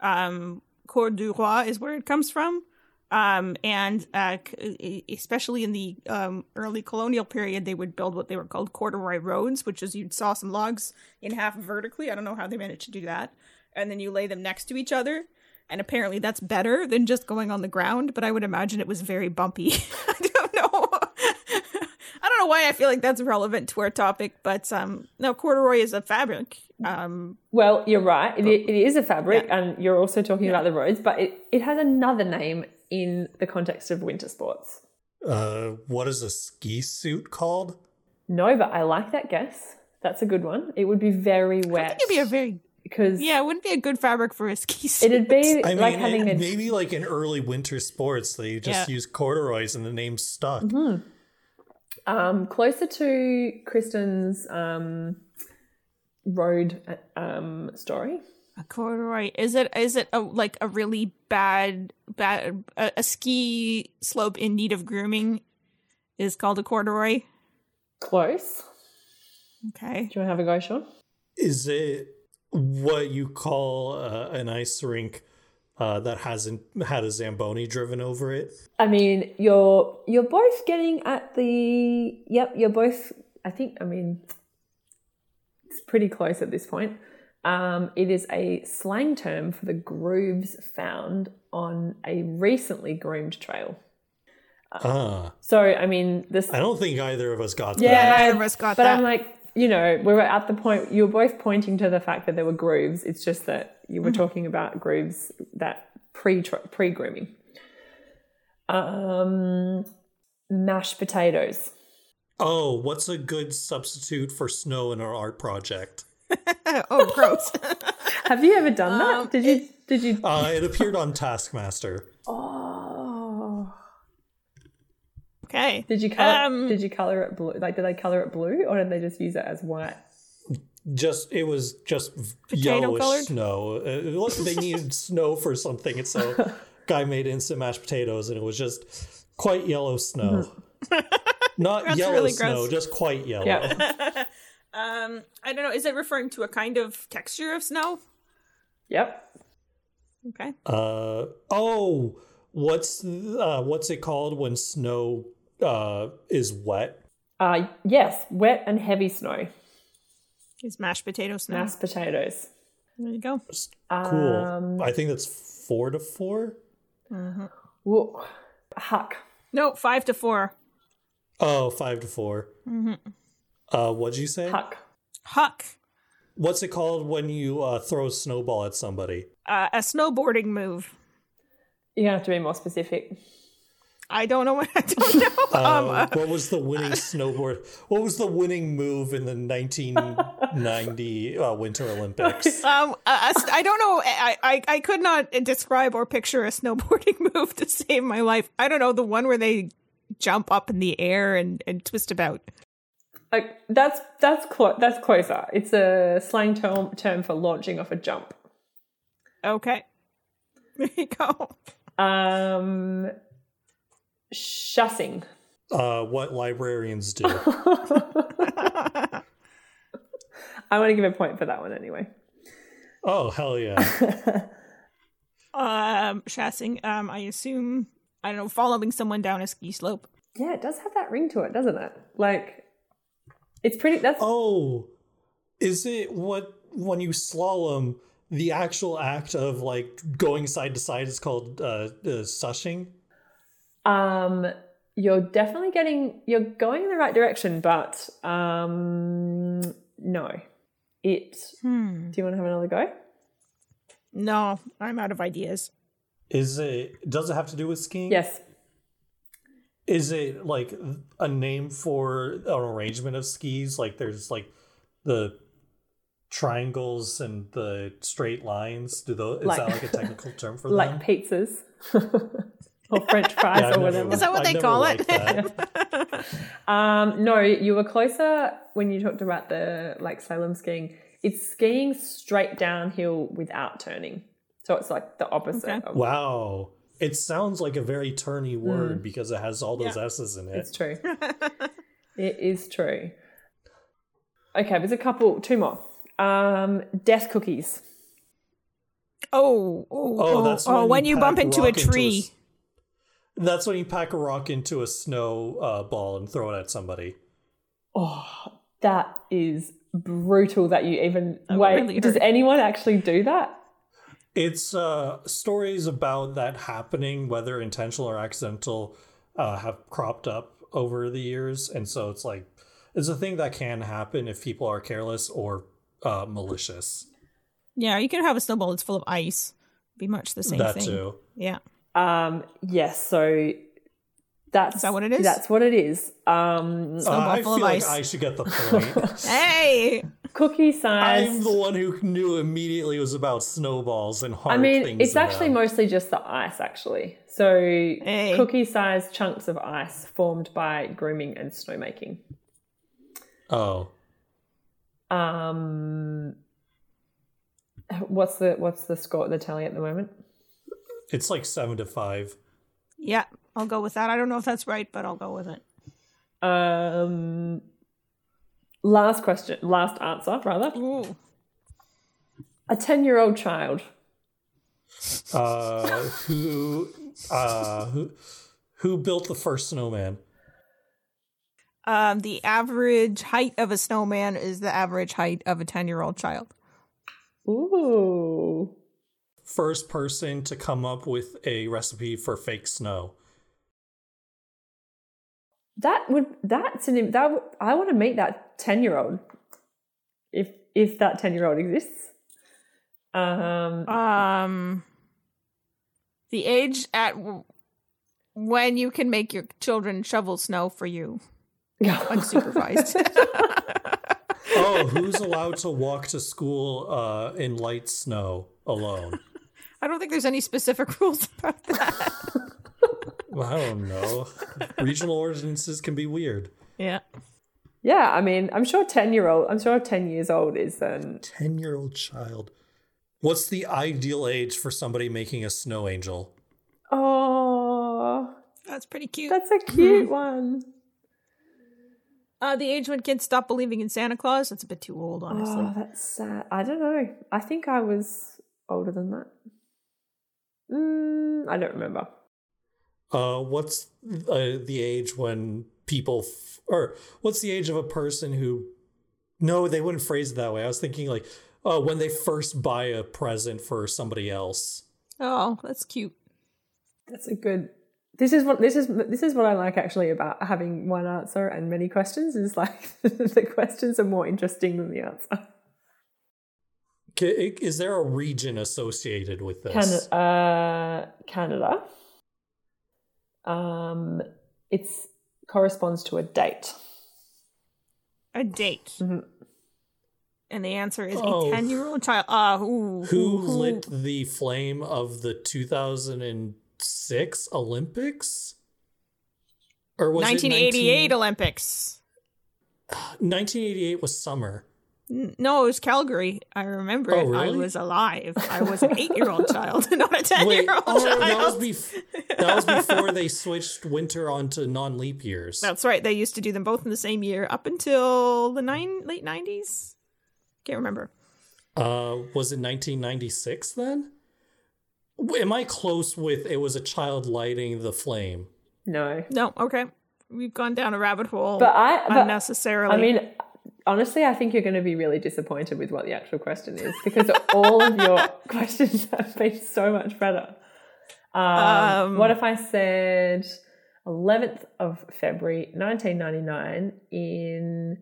Um, corduroy is where it comes from. Um, and uh, c- especially in the um, early colonial period, they would build what they were called corduroy roads, which is you'd saw some logs in half vertically. I don't know how they managed to do that. And then you lay them next to each other. And apparently that's better than just going on the ground, but I would imagine it was very bumpy. I don't know. I don't know why I feel like that's relevant to our topic, but um, no, corduroy is a fabric. Um,
Well, you're right. It, it is a fabric, and you're also talking about the roads, but it, it has another name in the context of winter sports.
Uh, what is a ski suit called?
No, but I like that guess. That's a good one. It would be very
I
wet
think it'd be a very
because
yeah, it wouldn't be a good fabric for a ski suit.
it'd be
I mean,
like having
it-
a
maybe like in early winter sports, they just
Yeah.
use corduroys and the name stuck.
Mm-hmm. Um, closer to Kristen's um, road uh, um, story.
a corduroy. Is it is it a, like a really bad bad a, a ski slope in need of grooming is called a corduroy?
Close.
Okay.
Do you want to have a go, Sean?
Is it what you call uh, an ice rink uh, that hasn't had a Zamboni driven over it.
I mean, you're you're both getting at the yep, you're both I think I mean it's pretty close at this point. Um, it is a slang term for the grooves found on a recently groomed trail.
Uh,
So I mean, this
I don't think either of us got
Yeah,
that.
Neither of us got
but
that.
I'm like, you know, we were at the point you were both pointing to the fact that there were grooves. It's just that you
Mm.
were talking about grooves that pre pre grooming. Um, mashed potatoes.
Oh, what's a good substitute for snow in our art project?
oh, gross.
Have you ever done that?
Um,
did you? did you?
Uh, it appeared on Taskmaster.
Oh,
okay.
did you color?
Um,
did you color it blue? Like, did they color it blue, or did they just use it as white?
Just it was just v-
Potato
yellowish
colored?
snow. Uh, look, they needed snow for something, and so guy made instant mashed potatoes, and it was just quite yellow snow. Not
Mm-hmm. That's
yellow
really
snow,
gross.
just quite yellow.
Yeah,
Um, I don't know. Is it referring to a kind of texture of snow?
yep.
Okay.
Uh oh, what's uh what's it called when snow uh is wet?
Uh, yes, wet and heavy snow,
Mm. It's mashed potato snow.
mashed potatoes.
There you go.
Cool.
Um,
I think that's four to four.
Whoa. Huck.
No, five to four.
Oh, five to 4
Mm-hmm.
Uh, what'd you say?
Huck.
Huck.
What's it called when you uh, throw a snowball at somebody?
Uh, a snowboarding move.
You're gonna have to be more specific.
I don't know what I don't know. um,
Uh, what was the winning snowboard? What was the winning move in the 1990 uh, Winter Olympics?
Um, I, I don't know. I, I I could not describe or picture a snowboarding move to save my life. I don't know the one where they jump up in the air and, and twist about.
Like that's that's clo- that's closer. It's a slang term term for launching off a jump.
Okay, there you go.
Um, shussing.
Uh, what librarians do?
I want to give a point for that one anyway.
Oh hell yeah!
Um, chassing. Um, I assume I don't know following someone down a ski slope.
Yeah, it does have that ring to it, doesn't it? Like, it's pretty. That's
Oh, is it what when you slalom? The actual act of like going side to side is called uh, uh, sushing.
um you're definitely getting you're going in the right direction but um no it
Hmm.
do you want to have another go
No, I'm out of ideas.
Is it? Does it have to do with skiing?
yes
Is it like a name for an arrangement of skis? Like there's like the triangles and the straight lines. Do those? Is
Like-
that like a technical term for them?
like pizzas or french fries
Yeah, I've
or
never-
whatever
Is that what
I've
they
never
call
liked
it?
that.
um no you were closer when you talked about the like slalom skiing it's skiing straight downhill without turning so it's like the opposite
Okay.
of,
wow. It sounds like a very turny
Hmm.
word because it has all those S's in
It's
it.
true. it is true. Okay, there's a couple, two more. Um, death cookies.
Oh, oh, oh,
Oh, that's
oh, when you
pack
bump into a
rock s-
tree.
that's when you pack a rock into a snow uh, ball and throw it at somebody.
Oh, that is brutal. That you even
That
wait.
really
does
hurt.
anyone actually do that?
It's uh, stories about that happening, whether intentional or accidental, uh, have cropped up over the years, and so it's like it's a thing that can happen if people are careless or uh, malicious.
Yeah, you can have a snowball that's full of ice. Be much the same
that
thing.
too.
Yeah.
Um, yes. So that's
Is that what it is?
That's what it is. Um,
Uh,
Snowball
I
full
feel
of
like
ice.
I should get the point.
Hey.
cookie
I'm
size.
the one who knew immediately it was about snowballs and hard
I
things.
mean, it's
in
actually
them.
mostly just the ice, actually. So
Hey.
cookie size chunks of ice formed by grooming and snowmaking.
oh,
Um, what's the what's the score the tally at the moment?
it's like seven to five.
Yeah, I'll go with that. I don't know if that's right, but I'll go with it.
Um, last question, last answer rather.
Ooh.
A ten year old child.
Uh, who, uh, who, who built the first snowman?
Um, the average height of a snowman is the average height of a 10 year old child.
Ooh.
First person to come up with a recipe for fake snow.
That would that's an that would- I want to meet that 10-year-old. If if that 10-year-old exists. Um
Um, the age at w- when you can make your children shovel snow for you unsupervised.
Oh, who's allowed to walk to school uh, in light snow alone?
I don't think there's any specific rules about that.
Well, I don't know. Regional ordinances can be weird.
Yeah.
yeah, I mean, I'm sure 10-year-old, I'm sure 10 years old is um
10 year old child. What's the ideal age for somebody making a snow angel?
oh,
That's pretty cute.
that's a cute one.
Uh, the age when kids stop believing in Santa Claus. That's a bit too old, honestly.
Oh, that's sad. I don't know. I think I was older than that. Mm, I don't remember.
Uh, what's uh, the age when people, f- or what's the age of a person who, no, they wouldn't phrase it that way. I was thinking like, oh, when they first buy a present for somebody else.
oh, that's cute.
That's a good. This is what this is this is what I like actually about having one answer and many questions is like the questions are more interesting than the answer.
Ca- Is there a region associated with this?
Canada, uh, Canada. Um, it's corresponds to a date.
A date.
Mhm.
And the answer is
Oh.
a 10 year old child. Ah, ooh,
Who
ooh, ooh.
lit the flame of the 2006 Olympics? Or was it
1988
19-
Olympics.
1988 was summer.
N- No, it was Calgary. I remember
Oh,
it. I
really?
was alive. I was an eight year old child, not a 10 year
Wait,
old
oh,
child.
that was, bef- that was before they switched winter onto non leap years.
That's right. They used to do them both in the same year up until the nine late 90s. Can't remember.
Uh, was it 1996 then? W- Am I close with it was a child lighting the flame?
No,
No, okay. We've gone down a rabbit hole
but I but
unnecessarily.
I mean, honestly, I think you're going to be really disappointed with what the actual question is because all of your questions have been so much better. Um,
Um,
what if I said 11th of February 1999 in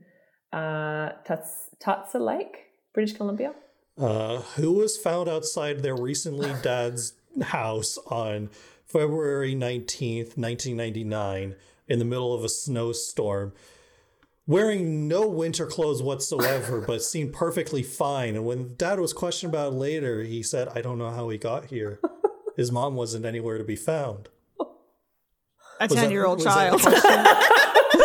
uh, Tats- Tatsa Lake, British Columbia?
Uh, who was found outside their recently dad's house on February 19th, 1999, in the middle of a snowstorm, wearing no winter clothes whatsoever, but seemed perfectly fine. And when dad was questioned about it later, he said, I don't know how he got here. His mom wasn't anywhere to be found.
a
Was that-
10 year old
was that
child.
the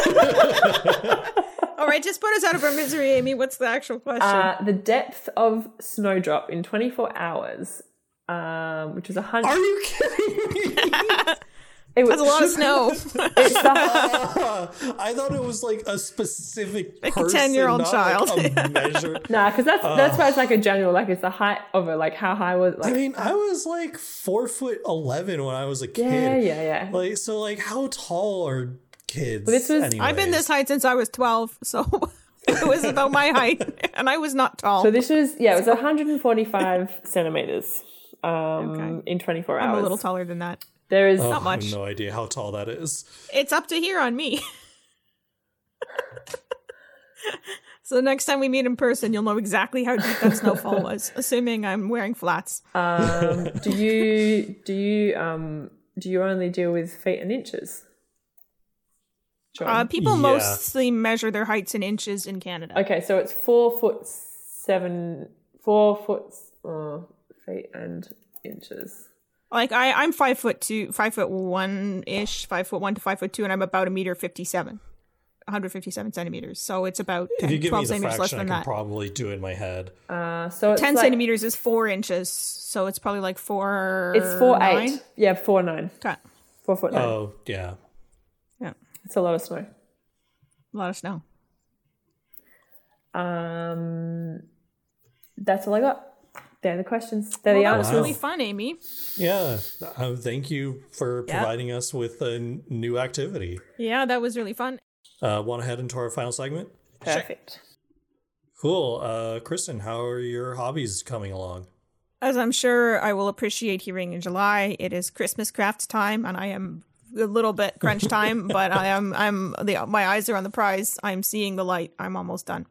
question?
All right, just put us out of our misery, Amy. What's the actual question?
Uh, the depth of snowdrop in 24 hours, um, which was a
Are
hundred.
you kidding me?
It was
Oh, That's a lot of snow.
It's the,
Uh, I thought it was like a specific
Like a
person,
10-year-old
not, like,
child.
a measure.
Nah, because that's
Oh.
that's why it's like a general, like it's the height of it, like how high was it,
I
like
mean,
Um,
I was like four foot eleven when I was a kid.
yeah, yeah, yeah.
Like so, like how tall are kids?
this was-
I've been this height since I was 12, so it was about my height, and I was not tall.
so this was yeah, it was 145 centimeters um,
Okay.
in 24
I'm
hours.
a little taller than that.
There is
Oh, I
much.
have no idea how tall that is.
It's up to here on me. so next time we meet in person, you'll know exactly how deep that snowfall was, assuming I'm wearing flats. Uh,
um, do you do you um, do you only deal with feet and inches? Sure.
Uh, people
Um, Yeah.
mostly measure their heights in inches in Canada.
okay, so it's four foot seven, four foot uh, feet and inches.
Like I, I'm five foot two, five foot one ish, five foot one to five foot two, and I'm about a meter fifty seven, 157 centimeters. So it's about 10,
If you give me
12
the
centimeters less
fraction, I
than
can
that.
probably do it in my head.
Uh, so it's
10
like-
centimeters is four inches, so it's probably like four.
It's four
nine?
eight. Yeah, four nine.
Okay.
Four foot nine.
Oh yeah,
Yeah,
It's a lot of snow.
let us know.
Um, that's all I got. They're the questions. They're
well,
the
that was
Wow.
answers.
really fun, Amy.
Yeah. Uh, thank you for
Yeah.
providing us with a n- new activity.
Yeah, that was really fun.
Uh, Want to head into our final segment?
Perfect.
Cool. Uh, Kristen, how are your hobbies coming along?
As I'm sure I will appreciate hearing in July, it is Christmas craft time, and I am a little bit crunch time, but I am I'm the my eyes are on the prize. I'm seeing the light. I'm almost done.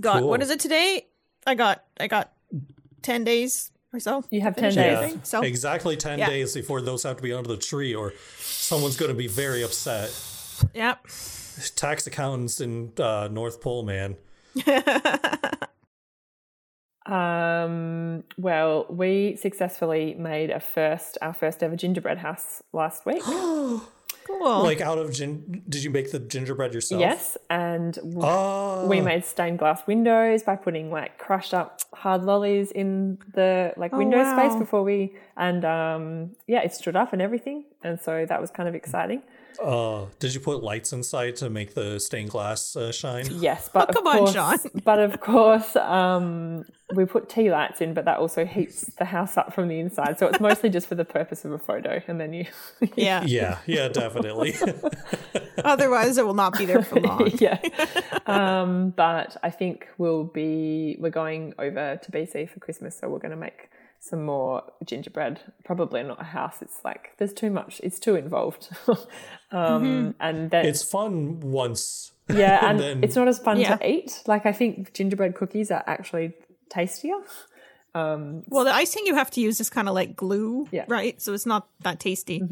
Got
Cool.
what is it today? I got I got ten days or so.
You have
to
10
finish
days.
everything, So
exactly 10
Yeah.
days before those have to be under the tree, or someone's going to be very upset.
yeah,
Tax accountants in uh, North Pole, man.
Um, well, we successfully made a first, our first ever gingerbread house last week.
cool.
Like out of gin, did you make the gingerbread yourself?
yes, and w-
Oh,
we made stained glass windows by putting like crushed up hard lollies in the like
Oh,
window
wow.
space before we and um yeah it stood up and everything and so that was kind of exciting
Uh, did you put lights inside to make the stained glass uh, shine?
yes but
Oh, come
of
on,
course,
Sean.
but of course um we put tea lights in but that also heats the house up from the inside so it's mostly just for the purpose of a photo and then you
yeah.
Yeah, yeah, definitely.
Otherwise, it will not be there for long.
yeah. Um, but I think we'll be we're going over to BC for Christmas, so we're going to make some more gingerbread. Probably not a house. It's like there's too much. It's too involved. um, And then
it's fun once.
yeah, and
then-
it's not as fun
Yeah.
to eat. Like I think gingerbread cookies are actually tastier.
Well, the icing you have to use is kind of like glue,
Yeah.
right? So it's not that tasty.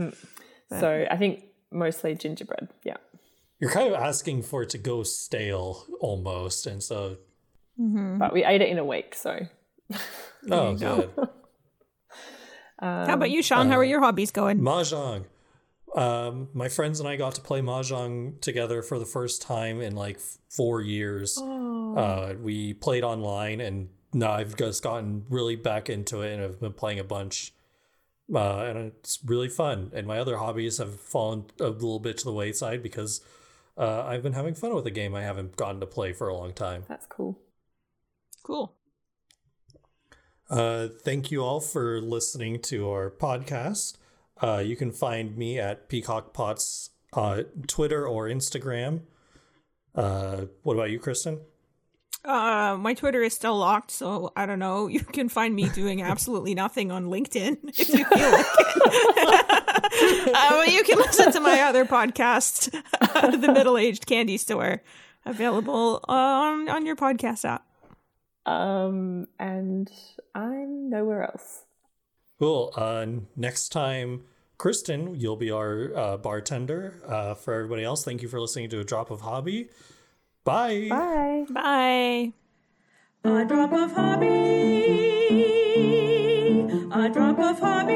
So I think mostly gingerbread. Yeah.
You're kind of asking for it to go stale almost, and so
But we ate it in a week, so
oh god,
How about you,
Uh,
Sean? How are your hobbies going?
mahjong. Um, my friends and I got to play mahjong together for the first time in like f- four years. Uh, we played online, and now I've just gotten really back into it, and I've been playing a bunch. Uh, and it's really fun. And my other hobbies have fallen a little bit to the wayside because uh, I've been having fun with a game I haven't gotten to play for a long time.
that's cool.
Cool.
Uh, thank you all for listening to our podcast. Uh, you can find me at Peacock Pots on Twitter or Instagram. Uh, what about you, Kristen?
Uh, my Twitter is still locked, so I don't know. You can find me doing absolutely nothing on LinkedIn if you feel like it. uh, but you can listen to my other podcast, The Middle Aged Candy Store, available on on your podcast app.
Um, and I'm nowhere else.
Cool. Uh, next time, Kristen, you'll be our uh, bartender. Uh, for everybody else, thank you for listening to A Drop of Hobby. Bye.
Bye.
Bye.
A drop of hobby. A drop of hobby.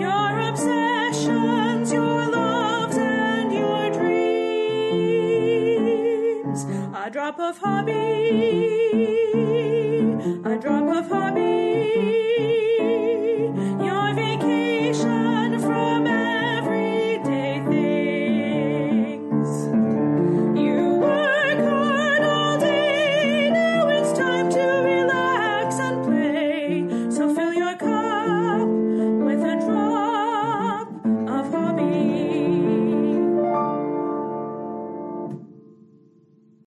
Your obsessions, your loves, and your dreams. A drop of hobby.